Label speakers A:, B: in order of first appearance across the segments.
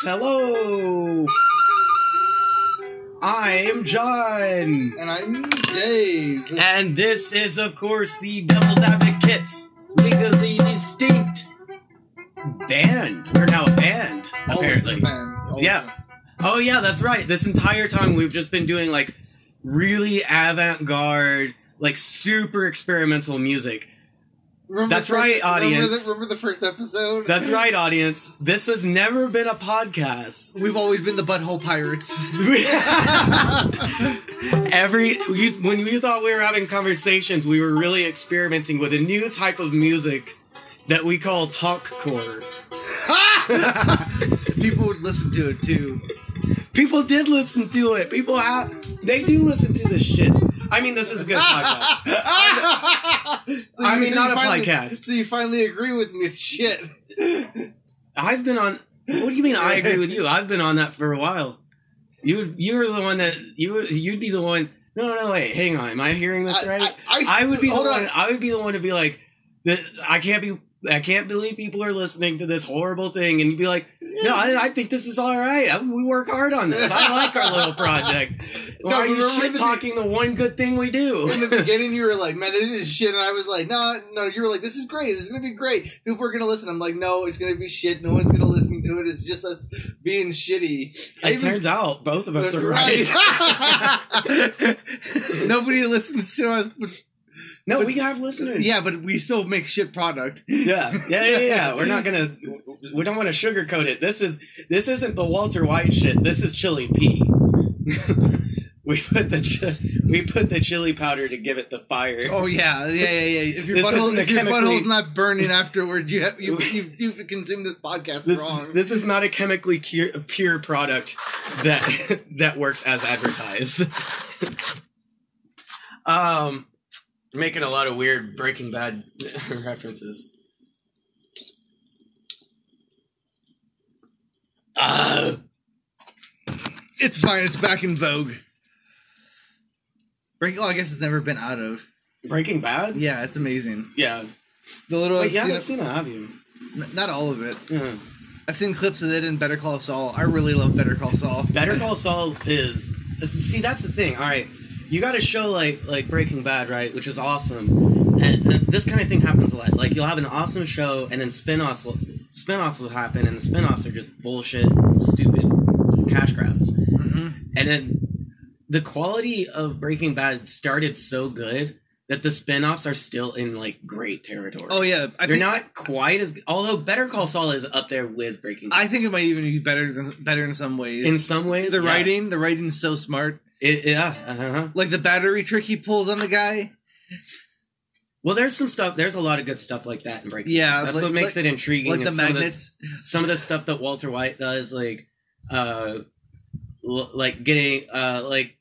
A: Hello. I'm John.
B: And mm, I'm Dave.
A: And this is, of course, the Devil's Advocates, legally distinct band. We're now a band, apparently. Yeah. Oh, yeah, that's right. This entire time we've just been doing like really avant garde, like super experimental music. That's right,
B: Remember
A: audience.
B: the, remember the first episode?
A: That's right, audience. This has never been a podcast.
C: We've always been the butthole pirates.
A: Every you, when you thought we were having conversations, we were really experimenting with a new type of music that we call talkcore.
C: People would listen to it too.
A: People did listen to it. People have they do listen to this shit. I mean, this is a good podcast.
B: So
A: I mean,
B: so
A: not a
B: finally,
A: podcast.
B: So you finally agree with me? Shit.
A: I've been on. What do you mean? I agree with you. I've been on that for a while. You you were the one that you you'd be the one. No, no, wait, hang on. Am I hearing this right?
B: I,
A: I would be the
B: hold on.
A: one. I would be the one to be like, this, I can't be. I can't believe people are listening to this horrible thing, and you'd be like, "No, I, I think this is all right. I- we work hard on this. I like our little project. Why
B: No,
A: are you
B: remember
A: shit
B: the-
A: talking the one good thing we
B: In
A: do?"
B: the beginning, you were like, "Man, this is shit," and I was like, "No, no." You were like, "This is great. This is gonna be great. People are gonna listen." I'm like, "No, it's gonna be shit. No one's gonna listen to it. It's just us being shitty." I
A: It
B: even-
A: turns out both of us
B: That's
A: are right.
C: Nobody listens to us. But,
A: No, we have listeners.
C: yeah, but we still make shit product.
A: yeah, yeah, yeah, yeah. We're not gonna. We don't want to sugarcoat it. This is this isn't the Walter White shit. This is chili pea. we put the chi- we put the chili powder to give it the fire.
C: Oh yeah, yeah, yeah, yeah. If your
A: This
C: butthole,
A: isn't a
C: if your
A: chemically-
C: butthole's not burning afterwards, you have, you, you you've consumed this podcast
A: this,
C: wrong.
A: this is not a chemically cure, pure product that that works as advertised. um, making a lot of weird Breaking Bad references. Ah,
C: it's fine. It's back in vogue. Breaking. Oh, I guess it's never been out of.
A: Breaking Bad.
C: Yeah, it's amazing.
A: Yeah.
C: The little.
A: Wait, you
C: you know,
A: haven't seen it, have you?
C: n- not all of it.
A: Yeah.
C: I've seen clips of it in Better Call Saul. I really love Better Call Saul.
A: Better Call Saul is see that's the thing. All right, you got a show like like Breaking Bad, right, which is awesome, and, and this kind of thing happens a lot. Like you'll have an awesome show, and then spin-offs will spin-offs will happen, and the spin-offs are just bullshit, stupid cash grabs,
C: Mm-hmm.
A: and then the quality of Breaking Bad started so good that the spin-offs are still in like great territory.
C: Oh yeah, I
A: They're
C: think
A: not quite as although Better Call Saul is up there with Breaking Bad.
C: I think it might even be better than better in some ways.
A: in some ways,
C: the
A: yeah.
C: writing, the writing's so smart.
A: It, yeah, uh-huh.
C: Like the battery trick he pulls on the guy.
A: Well, there's some stuff. There's a lot of good stuff like that in Breaking.
C: Yeah,
A: Bad. that's
C: like-
A: what makes it intriguing.
C: Like the
A: is some of, the,
C: magnets.
A: some of the stuff that Walter White does, like, uh, l- like getting, uh, like,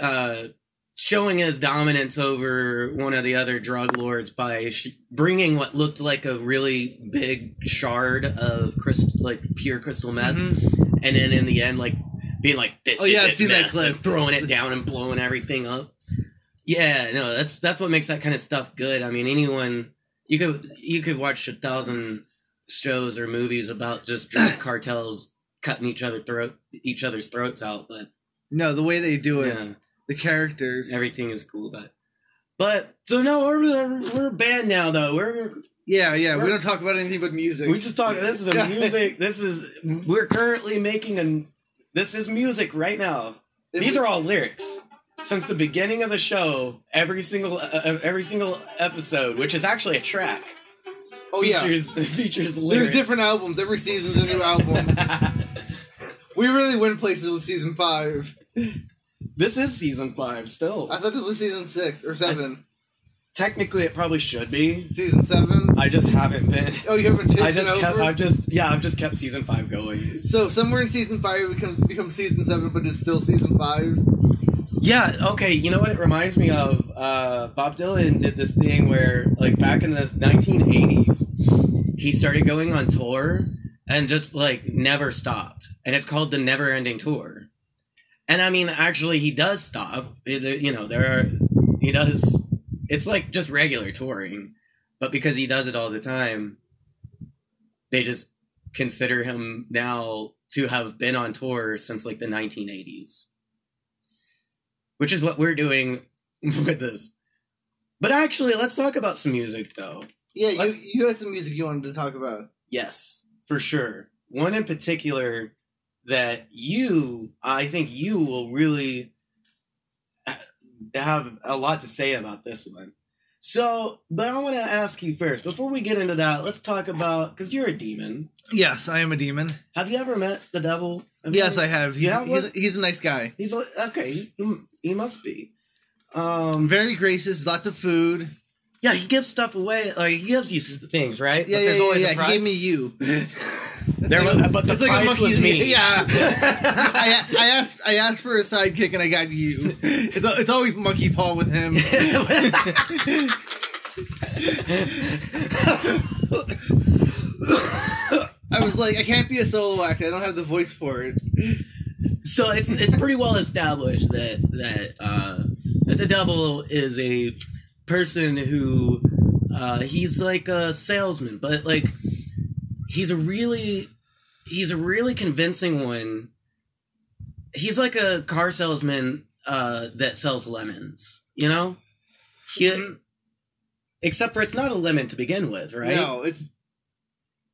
A: uh, showing his dominance over one of the other drug lords by sh- bringing what looked like a really big shard of crystal, like pure crystal meth,
B: Mm-hmm.
C: Mhm.
A: and then in the end, like being like, "This
C: Oh,
A: is
C: yeah, I've
A: it,
C: seen that
A: meth,"
C: clip.
A: and throwing it down and blowing everything up." Yeah, no, that's that's what makes that kind of stuff good. I mean, anyone you could you could watch a thousand shows or movies about just drug cartels cutting each other throat each other's throats out, but
C: No, the way they do it,
A: yeah,
C: the characters.
A: everything is cool about it. But so no, we're we're banned now though. We're
C: yeah, yeah. We don't talk about anything but music.
A: we just talk. This is a music. This is we're currently making a. This is music right now. These are all lyrics. Since the beginning of the show, every single uh, uh, every single episode, which is actually a track,
B: Oh yeah.
A: features features lyrics.
B: There's different albums. Every season's a new album. we really went places with season five.
A: this is season five still.
B: I thought this was season six or seven.
A: Technically, it probably should be.
B: Season seven.
A: I just haven't been.
B: Oh, you haven't
A: I
B: changed it
A: just kept.
B: over.
A: I've just yeah. I've just kept season five going.
B: So somewhere in season five, we can become season seven, but it's still season five.
A: Yeah. Okay. You know what? It reminds me of uh, Bob Dylan did this thing where, like, back in the 1980s, he started going on tour and just like never stopped, and it's called the Never Ending Tour. And I mean, actually, he does stop. It- You know, there are he does. It's like just regular touring, but because he does it all the time, they just consider him now to have been on tour since like the 1980s, which is what we're doing with this. But actually, let's talk about some music though.
B: Yeah, you,
A: Let's-
B: you had some music you wanted to talk about.
A: Yes, for sure. One in particular that you, I think you will really have a lot to say about this one. So, but I want to ask you first, before we get into that, let's talk about because you're a demon.
C: Yes, I am a demon.
A: Have you ever met the devil? Have
C: Yes,
A: you-
C: I have. He's,
A: You have
C: he's,
A: one?
C: he's a nice guy.
A: He's like, okay, he, he must be. Um,
C: Very gracious, lots of food.
A: yeah, he gives stuff away. Like he gives you s- things, right?
C: Yeah,
A: But
C: yeah,
A: there's
C: yeah.
A: always a
C: yeah. He gave
A: price.
C: me you.
A: There was, but the
C: It's like a
A: price
C: monkey-
A: was me.
C: Yeah. I, I asked I asked for a sidekick and I got you. It's, it's always monkey paw with him. I was like, I can't be a solo actor. I don't have the voice for it.
A: so it's it's pretty well established that that uh, that the devil is a person who uh, he's like a salesman, but like he's a really he's a really convincing one. He's like a car salesman uh, that sells lemons, you know. He,
B: Mhm.
A: Except for it's not a lemon to begin with, right?
B: No, it's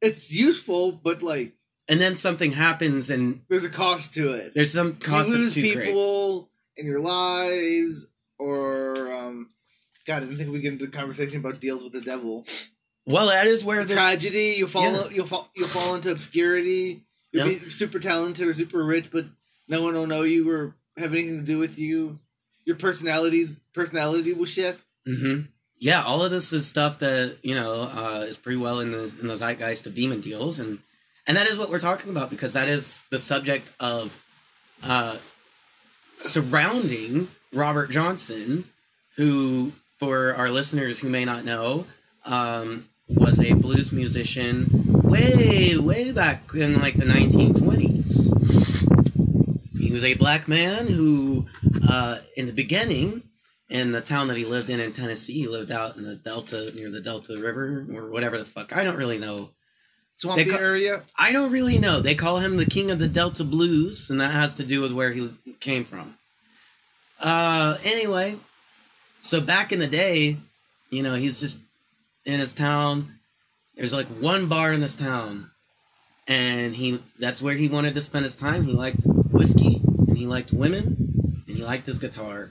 B: it's useful, but like
A: And then something happens, and
B: there's a cost to it.
A: there's some cost
B: you
A: that's
B: lose
A: too great.
B: people in your lives, or um, God, I didn't think we get into a conversation about deals with the devil.
A: Well, that is where this
B: Tragedy, you fall, you'll fall, you'll fall into obscurity. You'll
A: Yeah.
B: be super talented or super rich, but no one will know you or have anything to do with you. Your personality, personality will shift.
A: hmm Yeah, all of this is stuff that you know uh, is pretty well in the in the zeitgeist of demon deals, and and that is what we're talking about because that is the subject of uh, surrounding Robert Johnson, who, for our listeners who may not know, um, was a blues musician way way back in like the 1920s. He was a black man who, uh, in the beginning, in the town that he lived in in Tennessee, he lived out in the Delta, near the Delta River, or whatever the fuck. I don't really know.
C: Swampy
A: They ca-
C: area.
A: I don't really know. They call him the king of the Delta Blues, and that has to do with where he came from. Uh, anyway, so back in the day, you know, he's just in his town. There's like one bar in this town, and he that's where he wanted to spend his time. He liked whiskey, and he liked women, and he liked his guitar.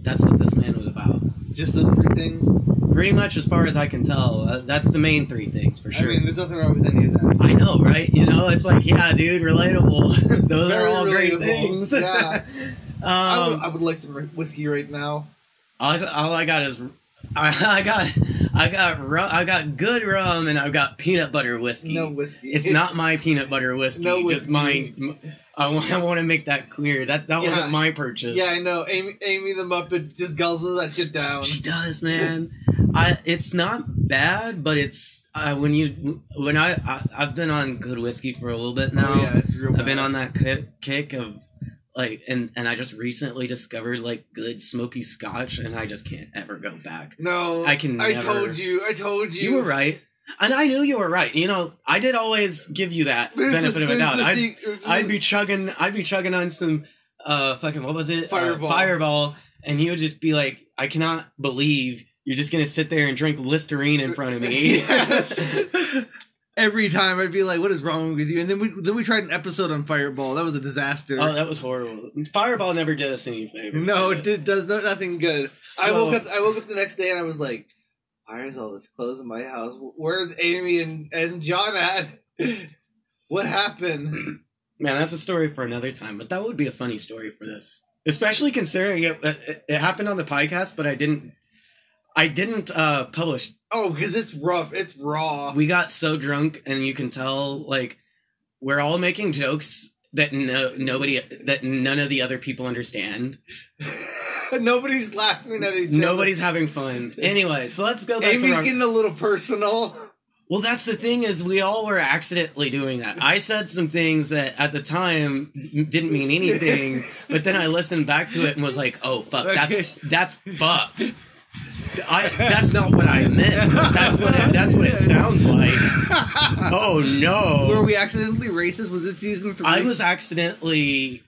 A: That's what this man was about.
B: Just those three things.
A: Pretty much, as far as I can tell, uh, that's the main three things for sure.
B: I mean, there's nothing wrong with any of that.
A: I know, right? You know, it's like, yeah, dude, relatable. Those are
B: Very
A: all great
B: relatable.
A: things.
B: Yeah.
A: um,
B: I, would, I would like some whiskey right now.
A: all, all I got is, I, I got, I got rum, I got good rum, and I've got peanut butter whiskey.
B: No whiskey.
A: it's not my peanut butter whiskey.
B: No
A: just mine. I want, I want to make that clear. That that
B: Yeah.
A: wasn't my purchase.
B: Yeah, I know. Amy, Amy the Muppet just guzzles that shit down.
A: She does, man. I it's not bad, but it's uh, when you when I, I I've been on good whiskey for a little bit now.
B: Oh, yeah, it's real.
A: I've been
B: bad.
A: on that kick, kick of like, and and I just recently discovered like good smoky scotch, and I just can't ever go back.
B: No,
A: I can
B: I
A: never-
B: told you. I told you.
A: You were right, and I knew you were right. You know, I did always give you that
B: There's
A: benefit
B: this-
A: of a
B: there's
A: doubt.
B: this
A: I'd,
B: sec- there's
A: I'd
B: this-
A: be chugging, I'd be chugging on some uh fucking what was it, Uh,
B: Fireball.
A: fireball, and you would just be like, I cannot believe you're just gonna sit there and drink Listerine in front of me.
B: Yes.
C: Every time I'd be like, "What is wrong with you?" And then we then we tried an episode on Fireball. That was a disaster.
A: oh, that was horrible. Fireball never did us any favors.
C: no, it
A: did it?
C: did, does not.
B: nothing good. I woke
A: So-
B: up. I woke up the next day and I was like, "Why is all this clothes in my house? Where's Amy and and John at? What happened?
A: Man, that's a story for another time, but that would be a funny story for this, especially considering it, it, it happened on the podcast, but I didn't, I didn't uh, publish.
B: Oh, because it's rough. It's raw.
A: We got so drunk, and you can tell like we're all making jokes that no nobody that none of the other people understand.
B: Nobody's laughing at each other.
A: Nobody's having fun. Anyway, so let's go back to
B: Amy's
A: Rob-
B: getting a little personal.
A: Well, that's the thing is we all were accidentally doing that. I said some things that at the time didn't mean anything, but then I listened back to it and was like, "Oh fuck,
B: Okay.
A: that's that's fucked." I, that's not what I meant. That's what it, that's what it sounds like. Oh no!
C: Were we accidentally racist? Was it season three?
A: I was accidentally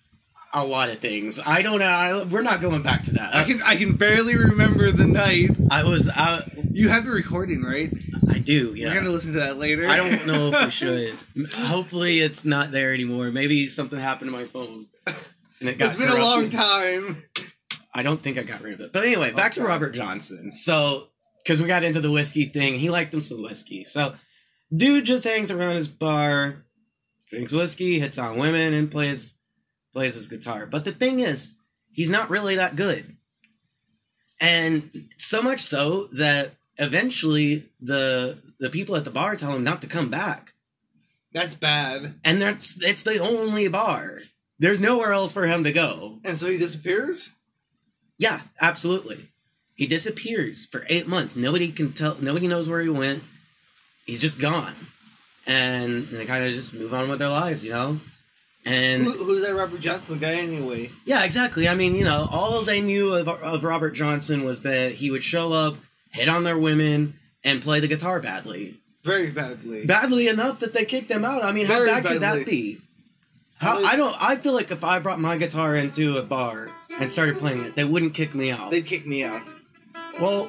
A: a lot of things. I don't know. I, we're not going back to that.
C: I can I can barely remember the night.
A: I was. I,
C: You have the recording, right?
A: I do.
C: We're gonna
A: Yeah.
C: listen to that later.
A: I don't know if we should. M- Hopefully, it's not there anymore. Maybe something happened to my phone. And it got
B: It's been a long
A: corrupted.
B: time.
A: I don't think I got rid of it. But anyway, back to
B: Okay.
A: Robert Johnson. So, because we got into the whiskey thing, he liked him some whiskey. So, dude just hangs around his bar, drinks whiskey, hits on women, and plays plays his guitar. But the thing is, he's not really that good, and so much so that eventually the the people at the bar tell him not to come back.
B: That's bad.
A: And that's it's the only bar. There's nowhere else for him to go.
B: And so he disappears.
A: Yeah, absolutely. He disappears for eight months. Nobody can tell. Nobody knows where he went. He's just gone, and they kind of just move on with their lives, you know. And
B: Who, who's that Robert Johnson guy anyway?
A: yeah, exactly. I mean, you know, all they knew of, of Robert Johnson was that he would show up, hit on their women, and play the guitar badly,
B: Very badly.
A: badly enough that they kicked him out. I mean,
B: Very
A: how bad could that
B: badly.
A: be? How, I don't. I feel like if I brought my guitar into a bar and started playing it, they wouldn't kick me out.
B: They'd kick me out.
A: Well,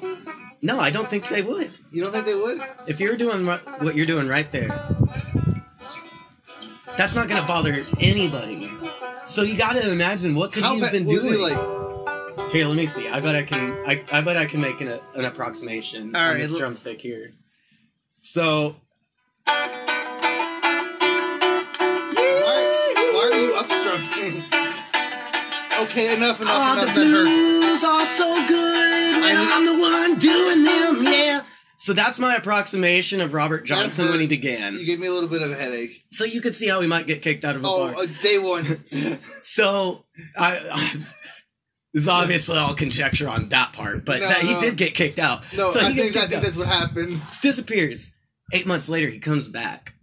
A: no, I don't think they would.
B: You don't think they would?
A: If you're doing ri- what you're doing right there, that's not gonna bother anybody. So you gotta imagine what could
B: How
A: you've
B: bad
A: been
B: was
A: doing.
B: he like?
A: Here, let me see. I bet I can. I, I bet I can make an, an approximation
C: All
A: on
C: right,
A: this
C: look-
A: drumstick here. So
B: Why, why are you upstrumming? Okay, enough, enough,
A: Ah,
B: enough.
A: the
B: That hurt.
A: blues are so good when
B: I-
A: I'm the one doing them, yeah. So that's my approximation of Robert Johnson when he
B: hurt. You
A: began.
B: gave me a little bit of a headache.
A: So you could see how he might get kicked out of a bar.
B: Oh, uh, day one.
A: So I, I'm, this is obviously all conjecture on that part, but
B: No,
A: that, he
B: no.
A: did get kicked out.
B: No,
A: so he
B: I
A: gets
B: think I
A: kicked
B: think
A: out,
B: that's what happened.
A: disappears. Eight months later, he comes back,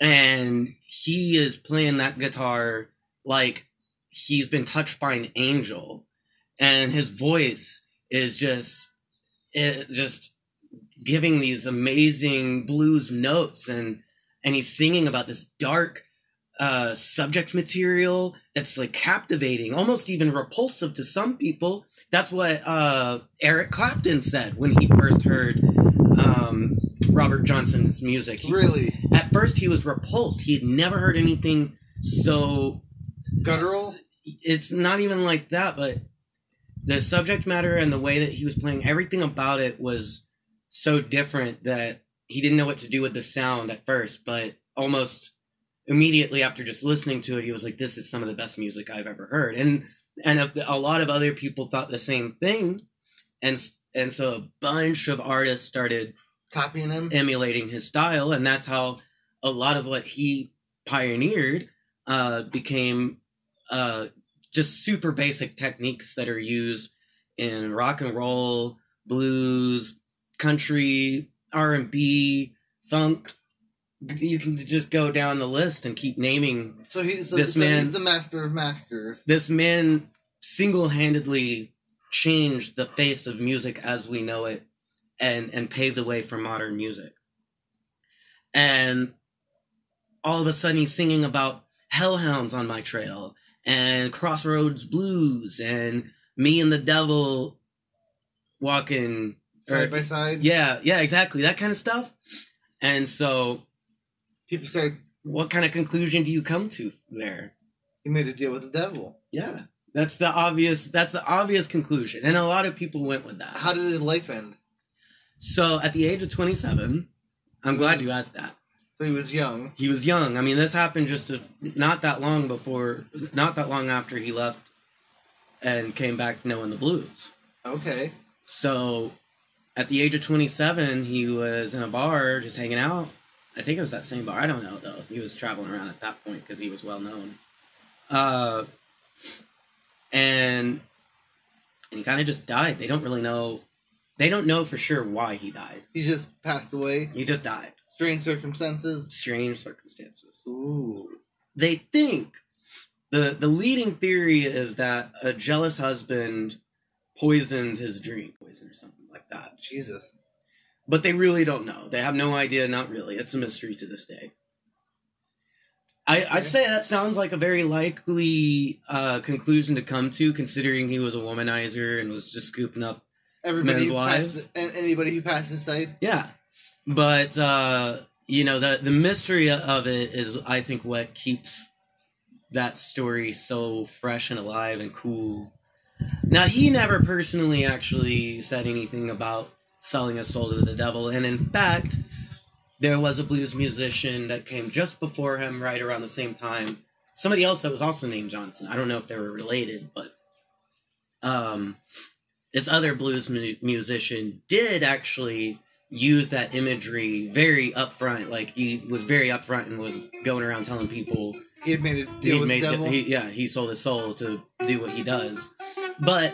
A: and he is playing that guitar like he's been touched by an angel, and his voice is just, it just giving these amazing blues notes, and and he's singing about this dark uh, subject material that's like captivating, almost even repulsive to some people. That's what uh, Eric Clapton said when he first heard um, Robert Johnson's music. He-
B: Really
A: At first, he was repulsed. He had never heard anything so.
B: guttural.
A: It's not even like that, but the subject matter and the way that he was playing, everything about it was so different that he didn't know what to do with the sound at first, but almost immediately after just listening to it, he was like, "This is some of the best music I've ever heard." And and a, a lot of other people thought the same thing, and s- and so a bunch of artists started
B: Copying him.
A: emulating his style, and that's how a lot of what he pioneered uh, became uh, just super basic techniques that are used in rock and roll, blues, country, R and B, funk. You can just go down the list and keep naming
B: So he's so,
A: This
B: so
A: man-
B: he's the master of masters.
A: this man single-handedly changed the face of music as we know it and and paved the way for modern music and all of a sudden he's singing about hellhounds on my trail and crossroads blues and me and the devil walking
B: Side
A: or-
B: by side,
A: yeah yeah exactly that kind of stuff and so
B: people said
A: what kind of conclusion do you come to there
B: he made a deal with the devil.
A: yeah, that's the obvious. That's the obvious conclusion, and a lot of people went with that.
B: How did his life end?
A: So, at the age of twenty-seven, I'm glad you asked that.
B: So he was young.
A: He was young. I mean, this happened just a, not that long before, not that long after he left and came back knowing the blues.
B: Okay.
A: So, at the age of twenty-seven, he was in a bar just hanging out. I think it was that same bar. I don't know though. He was traveling around at that point because he was well known. Uh, and and he kind of just died. They don't really know. They don't know for sure why he died.
B: He just passed away.
A: He just died.
B: Strange circumstances.
A: Strange circumstances.
B: Ooh.
A: They think the the leading theory is that a jealous husband poisoned his drink, poison or something like
B: Jesus.
A: but they really don't know. They have no idea. Not really. It's a mystery to this day. I, I'd say that sounds like a very likely uh, conclusion to come to, considering he was a womanizer and was just scooping up.
B: Everybody
A: Men's
B: who
A: wives?
B: passed, and anybody who passed inside.
A: Yeah, but uh, you know the the mystery of it is, I think, what keeps that story so fresh and alive and cool. Now he never personally actually said anything about selling his soul to the devil, and in fact, there was a blues musician that came just before him, right around the same time. Somebody else that was also named Johnson. I don't know if they were related, but um, this other blues mu- musician did actually use that imagery very upfront. Like he was very upfront and was going around telling people
B: He had made a deal
A: he
B: with
A: made
B: the
A: the-
B: devil.
A: he, yeah he sold his soul to do what he does but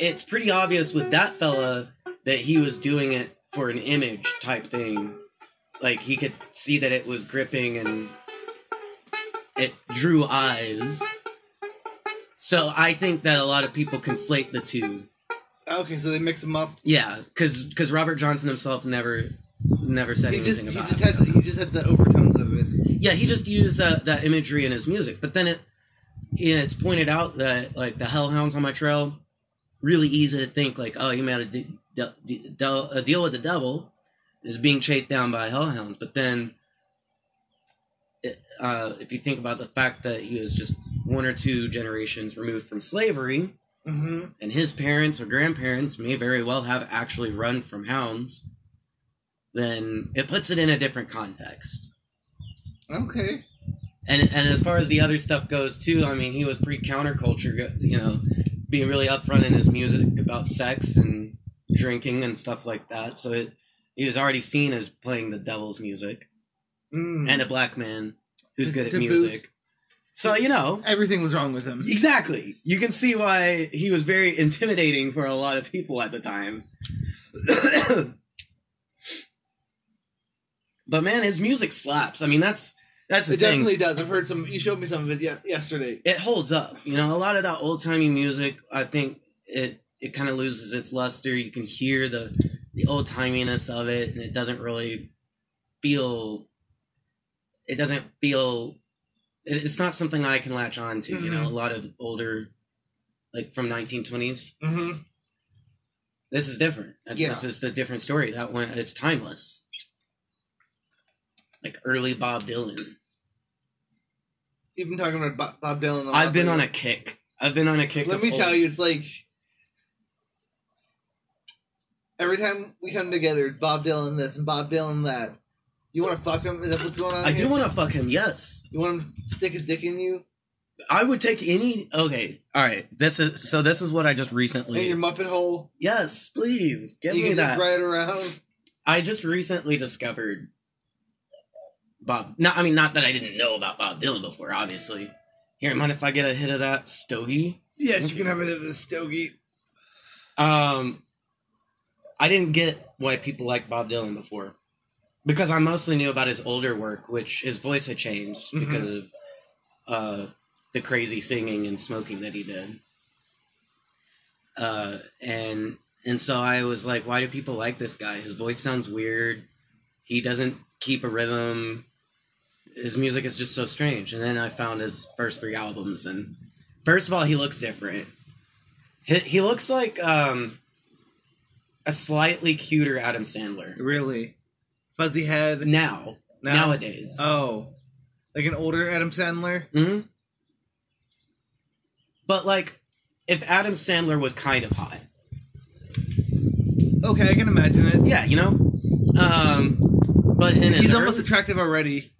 A: it's pretty obvious with that fella that he was doing it for an image type thing like he could see that it was gripping and it drew eyes so i think that a lot of people conflate the two
B: okay, so they mix him up.
A: yeah because robert johnson himself never never said
B: He just
A: anything
B: he
A: about
B: just
A: it
B: had the, he just had the overtones of it.
A: yeah, he just used that that imagery in his music. But then it, yeah, it's pointed out that like the hellhounds on my trail, really easy to think like, oh, he made a, de- de- de- del- a deal with the devil, is being chased down by hellhounds. But then, it, uh, if you think about the fact that he was just one or two generations removed from slavery,
B: Mm-hmm.
A: and his parents or grandparents may very well have actually run from hounds, then it puts it in a different context.
B: Okay.
A: And and as far as the other stuff goes too, I mean, he was pretty counterculture, you know, being really upfront in his music about sex and drinking and stuff like that. So it, he was already seen as playing the devil's music
B: Mm.
A: and a black man who's good at
B: Taboo.
A: music. So you know,
C: Everything was wrong with him.
B: Mm-hmm.
A: exactly, you can see why he was very intimidating for a lot of people at the time. but man, his music slaps. I mean, that's that's the
B: it
A: thing.
B: definitely does. I've heard some. You showed me some of it ye- yesterday.
A: it holds up. You know, a lot of that old timey music, I think it it kind of loses its luster. You can hear the the old timiness of it, and it doesn't really feel. It doesn't feel. It, it's not something I can latch on to.
B: Mm-hmm.
A: You know, a lot of older, like from nineteen twenties.
B: Mm-hmm.
A: This is different. It's,
B: Yeah.
A: it's just a different story. That one, it's timeless. Like early Bob Dylan.
B: You've been talking about Bob- Oh, Bob Dylan. lot
A: I've been on
B: lately.
A: a kick. I've been on a kick.
B: Let
A: of
B: me
A: old-
B: tell you, it's like every time we come together, it's Bob Dylan this and Bob Dylan that. You want to fuck him? Is that what's going on?
A: I
B: here?
A: do want to fuck him. Yes.
B: You want him to stick his dick in you?
A: I would take any. Okay, all right. This is so. This is what I just
B: In your
A: recently.
B: Muppet hole?
A: Yes, please give
B: you
A: me
B: can
A: that.
B: just ride around.
A: I just recently discovered Bob. No, I mean not that I didn't know about Bob Dylan before. Obviously, here. Mind if I get a hit of that stogie?
C: Yes, you can have it at the stogie.
A: Um, I didn't get why people like Bob Dylan before because I mostly knew about his older work, which his voice had changed
B: Mhm.
A: because of uh, the crazy singing and smoking that he did. Uh, and and so I was like, why do people like this guy? His voice sounds weird. He doesn't keep a rhythm. His music is just so strange. And then I found his first three albums, and first of all, he looks different. He, he looks like um, a slightly cuter Adam Sandler
C: Really? Fuzzy head.
A: now,
C: Now-
A: nowadays.
C: Oh. Like an older Adam Sandler?
A: hmm But like, if Adam Sandler was kind of hot,
C: Okay, I can imagine it.
A: yeah, you know. Um, but in his
C: He's
A: early-
C: almost attractive already.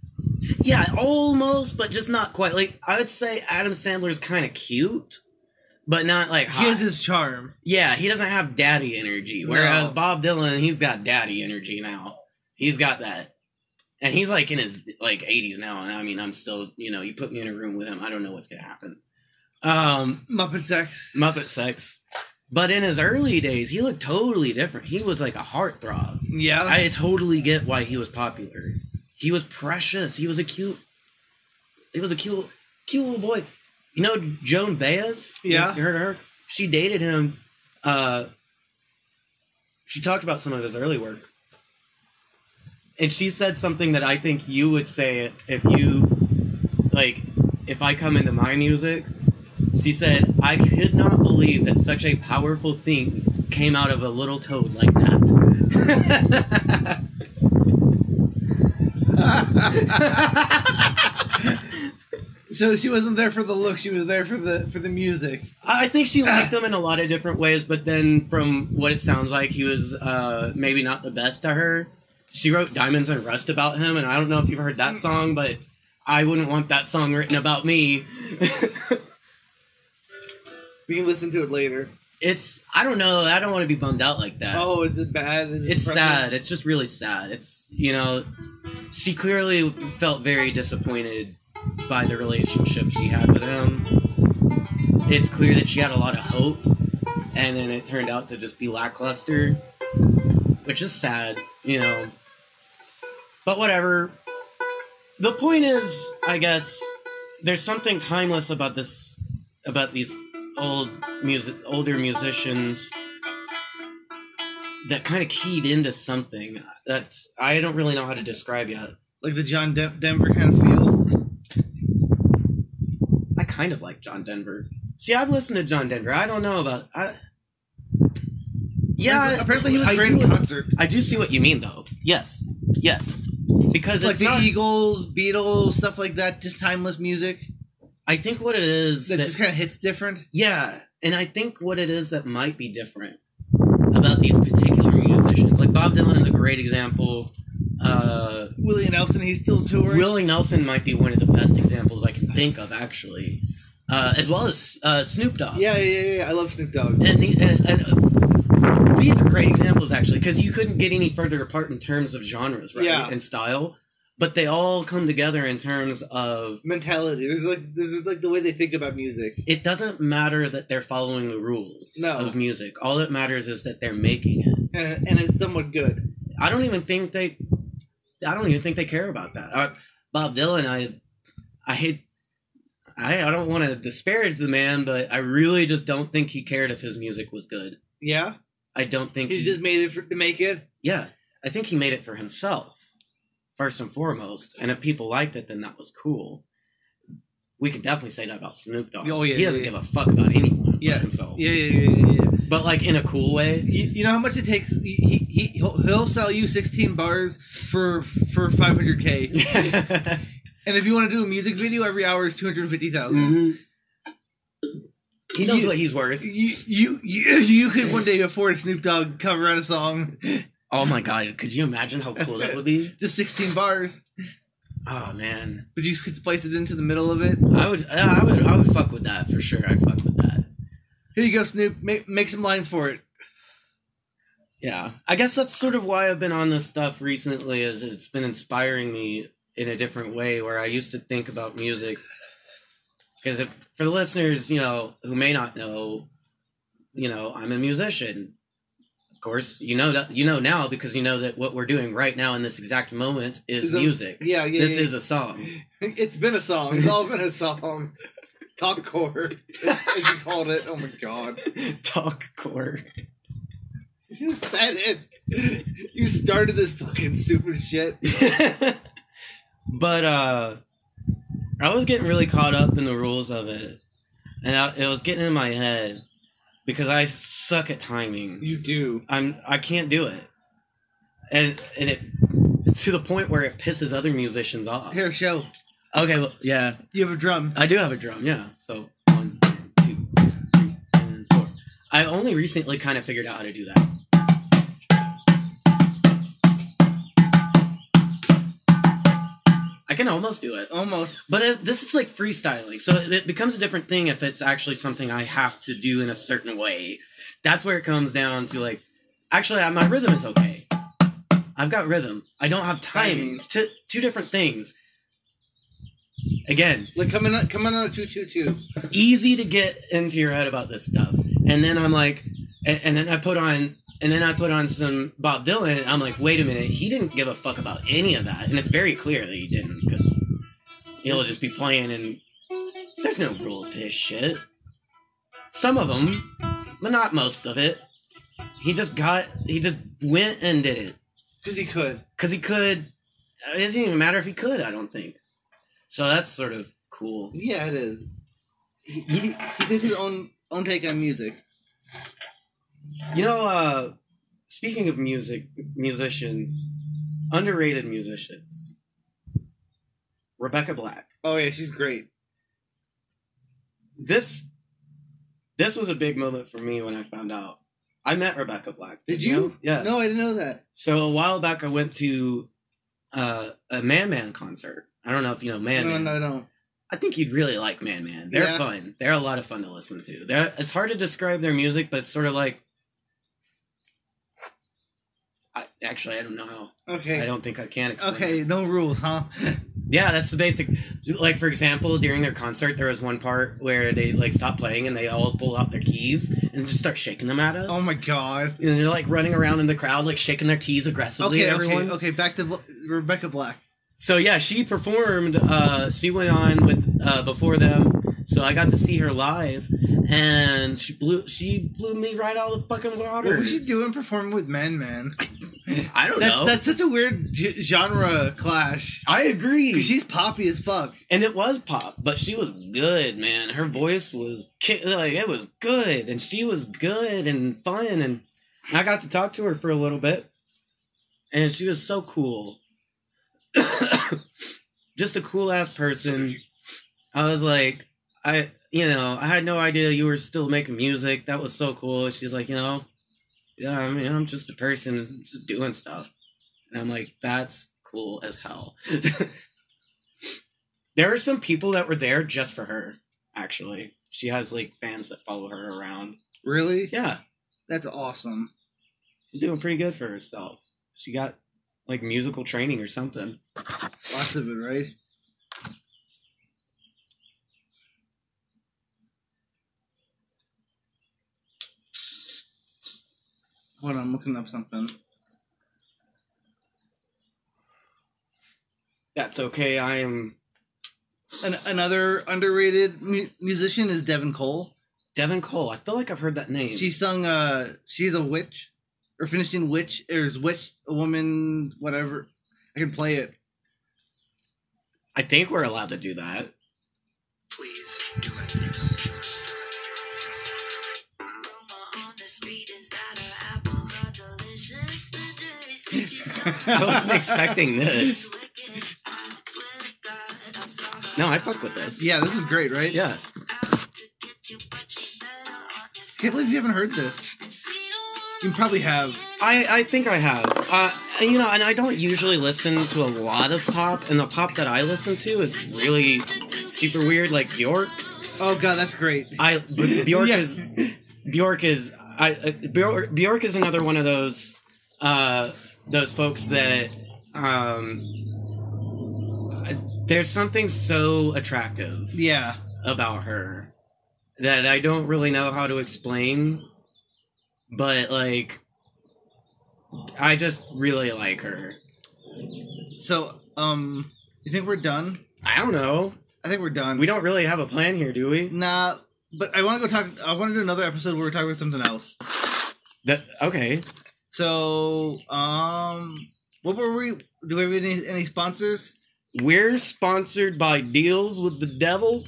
A: yeah, almost, but just not quite. Like I would say, Adam Sandler's kind of cute, but not like hot.
C: He has his charm.
A: yeah, he doesn't have daddy energy. Whereas
C: No.
A: Bob Dylan, he's got daddy energy now. He's got that. And he's like in his like 80s now, and I mean, I'm still, you know, you put me in a room with him, I don't know what's gonna happen. Um,
C: Muppet sex.
A: Muppet sex. But in his early days, he looked totally different. He was like a heartthrob.
C: Yeah.
A: I totally get why he was popular. He was precious. He was a cute. He was a cute, cute little boy. You know Joan Baez.
C: Yeah.
A: you heard of her. She dated him. Uh, she talked about some of his early work. And she said something that I think you would say if you, like, if I come into my music. She said, I could not believe that such a powerful thing came out of a little toad like that.
C: So she wasn't there for the look. She was there for the for the music.
A: I think she liked him in a lot of different ways, but then from what it sounds like, he was uh, maybe not the best to her. She wrote Diamonds and Rust about him, and I don't know if you've heard that song, but I wouldn't want that song written about me.
B: We can listen to it later.
A: it's, I don't know, I don't want to be bummed out like that.
B: Oh, is it bad? Is it
A: it's
B: depressing?
A: sad. It's just really sad. It's, you know, she clearly felt very disappointed by the relationship she had with him. It's clear that she had a lot of hope, and then it turned out to just be lackluster, which is sad, you know. But whatever. The point is, I guess, there's something timeless about this, about these old music, older musicians that kind of keyed into something that's I don't really know how to describe yet.
C: Like the John De- Denver kind of feel.
A: I kind of like John Denver. See, I've listened to John Denver. I don't know about. I, yeah,
C: Apparently- apparently he was
A: I
C: great
A: do-
C: in concert.
A: I do see what you mean, though. Yes, yes, because
C: It's
A: it's,
C: like the
A: not-
C: Eagles, Beatles, stuff like that. Just timeless music
A: I think what it is
C: that
A: that-
C: just kind of hits different.
A: Yeah, and I think what it is that might be different about these particular musicians, like Bob Dylan is a great example. Uh,
C: Willie Nelson, he's still touring.
A: Willie Nelson might be one of the best examples I can think of, actually, uh, as well as uh, Snoop Dogg.
B: Yeah, yeah, yeah, yeah. I love Snoop Dogg.
A: and, the, and, and uh, these are great examples actually because you couldn't get any further apart in terms of genres right
B: Yeah.
A: and style but they all come together in terms of
B: Mentality. This is like this is like the way they think about music.
A: it doesn't matter that they're following the rules
B: No.
A: of music all that matters is that they're making it
B: and, and it's somewhat good.
A: i don't even think they i don't even think they care about that uh, bob dylan i i hate I, I don't want to disparage the man, but I really just don't think he cared if his music was good.
B: Yeah,
A: I don't think
C: Mm-hmm.
B: he's
A: he-
B: just made it for, to make it.
A: Yeah, I think he made it for himself first and foremost, and if people liked it, then that was cool. We can definitely say that about Snoop Dogg.
C: Oh, yeah,
A: he doesn't
C: yeah,
A: give a fuck about anyone.
C: Yeah,
A: Yeah, but himself.
C: Yeah, yeah, yeah, yeah. yeah.
A: but like in a cool way.
C: You, you know how much it takes. He, he, he he'll, he'll sell you 16 bars for for 500k, and if you want to do a music video, every hour is
A: Mm-hmm.
C: 250,000.
A: He knows
C: You-
A: what he's worth.
C: You, you you you could one day afford a Snoop Dogg cover on a song,
A: Oh my god, could you imagine how cool that would be?
C: just 16 bars,
A: Oh man,
C: but you could splice it into the middle of it.
A: I would, I would, I would fuck with that for sure. I'd fuck with that.
C: Here you go, Snoop. Make make some lines for it.
A: Yeah, I guess that's sort of why I've been on this stuff recently. Is it's been inspiring me in a different way, where I used to think about music. Because for the listeners, you know, who may not know, you know, I'm a musician. Of course, you know that you know now because you know that what we're doing right now in this exact moment is
B: Is a-
A: music.
B: Yeah, yeah.
A: This
B: yeah.
A: is a song.
B: It's been a song. It's all been a song. Talk core, as you called it. Oh my god,
A: Talk core.
B: you said it. You started this fucking stupid shit.
A: but uh I was getting really caught up in the rules of it, and I, it was getting in my head because I suck at timing.
B: You do.
A: I'm I can't do it, and and it to the point where it pisses other musicians off.
C: Here, show.
A: Okay, well, yeah,
C: You have a drum.
A: I do have a drum. Yeah, so one, two, three, and four. I only recently kind of figured out how to do that. I can almost do it.
C: Almost.
A: But it, this is like freestyling, so it, it becomes a different thing if it's actually something I have to do in a certain way. That's where it comes down to like, actually, I, my rhythm is okay. I've got rhythm. I don't have timing.
B: Timing.
A: T- two different things. Again,
B: Like coming on, coming on a two two two.
A: easy to get into your head about this stuff. And then I'm like, and, and then I put on, and then I put on some Bob Dylan. And I'm like, wait a minute, he didn't give a fuck about any of that, and it's very clear that he didn't because he'll just be playing, and there's no rules to his shit. Some of them, but not most of it. He just got. He just went and did it
B: because he could.
A: because he could. It didn't even matter if he could. I don't think. So that's sort of cool.
B: Yeah, it is. He, he, he did his own own take on music.
A: You know, uh, speaking of music, musicians, underrated musicians, Rebecca Black.
B: Oh yeah, she's great.
A: This this was a big moment for me when I found out. I met Rebecca Black.
B: Did you?
A: Yeah.
B: No, I didn't know that.
A: So a while back, I went to uh, a Man Man concert. I don't know if you know Man
B: no,
A: Man.
B: no, I don't.
A: I think you'd really like Man Man. They're
B: Yeah.
A: fun. They're a lot of fun to listen to. They're, it's hard to describe their music, but it's sort of like. I, actually, I don't know how. I
B: Okay.
A: don't think I can. Explain
C: Okay,
A: it.
C: no rules, huh?
A: Yeah, that's the basic. Like for example, during their concert, there was one part where they like stopped playing and they all pulled out their keys and just start shaking them at us.
C: Oh my god.
A: And they're like running around in the crowd, like shaking their keys aggressively.
C: Okay,
A: at everyone.
C: okay, okay. Back to Bl- Rebecca Black.
A: So yeah, she performed. Uh, she went on with uh, before them, so I got to see her live, and she blew she blew me right out of the fucking water.
C: What was she doing performing with Men Man?
A: I don't
C: That's
A: know.
C: that's such a weird g- genre clash.
A: I
C: 'Cause
A: agree.
C: she's poppy as fuck.
A: and it was pop, but she was good, man. Her voice was ki- like it was good, and she was good and fun, and I got to talk to her for a little bit, and she was so cool. Just a cool ass person. I was like, I you know I had no idea you were still making music. That was so cool. And she's like, you know, yeah, I mean, I'm just a person, just doing stuff, and I'm like, that's cool as hell. there are some people that were there just for her. Actually, she has like fans that follow her around.
B: Really?
A: Yeah,
B: That's awesome.
A: she's doing pretty good for herself. She got like musical training or something.
B: Lots of it, right? Hold on, I'm looking up something.
A: That's okay. I am
B: An- another underrated mu- musician is Devin Cole.
A: Devin Cole. I feel like I've heard that name.
B: She sung uh she's a witch or finishing witch or is witch a woman whatever. I can play it.
A: I think we're allowed to do that.
D: Please do like this. Aroma on the street is that her apples are delicious. The dirty said she's
A: I
D: trying.
A: wasn't expecting this.
D: She's wicked. I swear to God, I saw her
A: No, I fuck with this.
C: Yeah, this is great, right?
A: Yeah.
D: out to get you, but she's better on your
C: Can't believe you haven't heard this.
D: side. And she don't
C: You probably have.
A: I, I think I have. Uh, you know, and I don't usually listen to a lot of pop, and the pop that I listen to is really super weird, like Bjork.
C: Oh god, that's great.
A: I B- Bjork
C: Yeah.
A: is Bjork is I uh, Bjork, Bjork is another one of those uh, those folks that um, I- there's something so attractive
C: Yeah.
A: about her that I don't really know how to explain, but like I just really like her.
C: So, um, you think we're done?
A: I don't know.
C: I think we're done.
A: We don't really have a plan here, do we?
C: Nah, but I want to go talk. I want to do another episode where we're talking about something else.
A: That okay.
C: So, um, what were we? Do we have any, any sponsors?
A: We're sponsored by Deals with the Devil.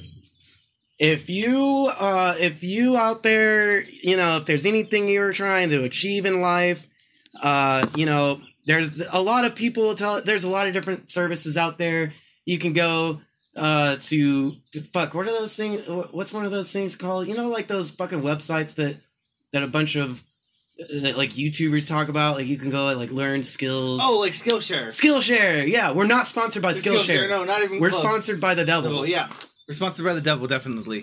A: If you uh if you out there, you know, if there's anything you're trying to achieve in life, uh, you know, there's a lot of people tell there's a lot of different services out there. You can go uh to, to fuck what are those things wh- what's one of those things called you know like those fucking websites that that a bunch of that like youtubers talk about like you can go and like learn skills
B: Oh, like Skillshare.
A: Skillshare. Yeah, we're not sponsored by Skillshare.
B: No, not even
A: We're
B: close.
A: sponsored by the devil.
B: Oh, yeah.
C: We're sponsored by the devil, definitely.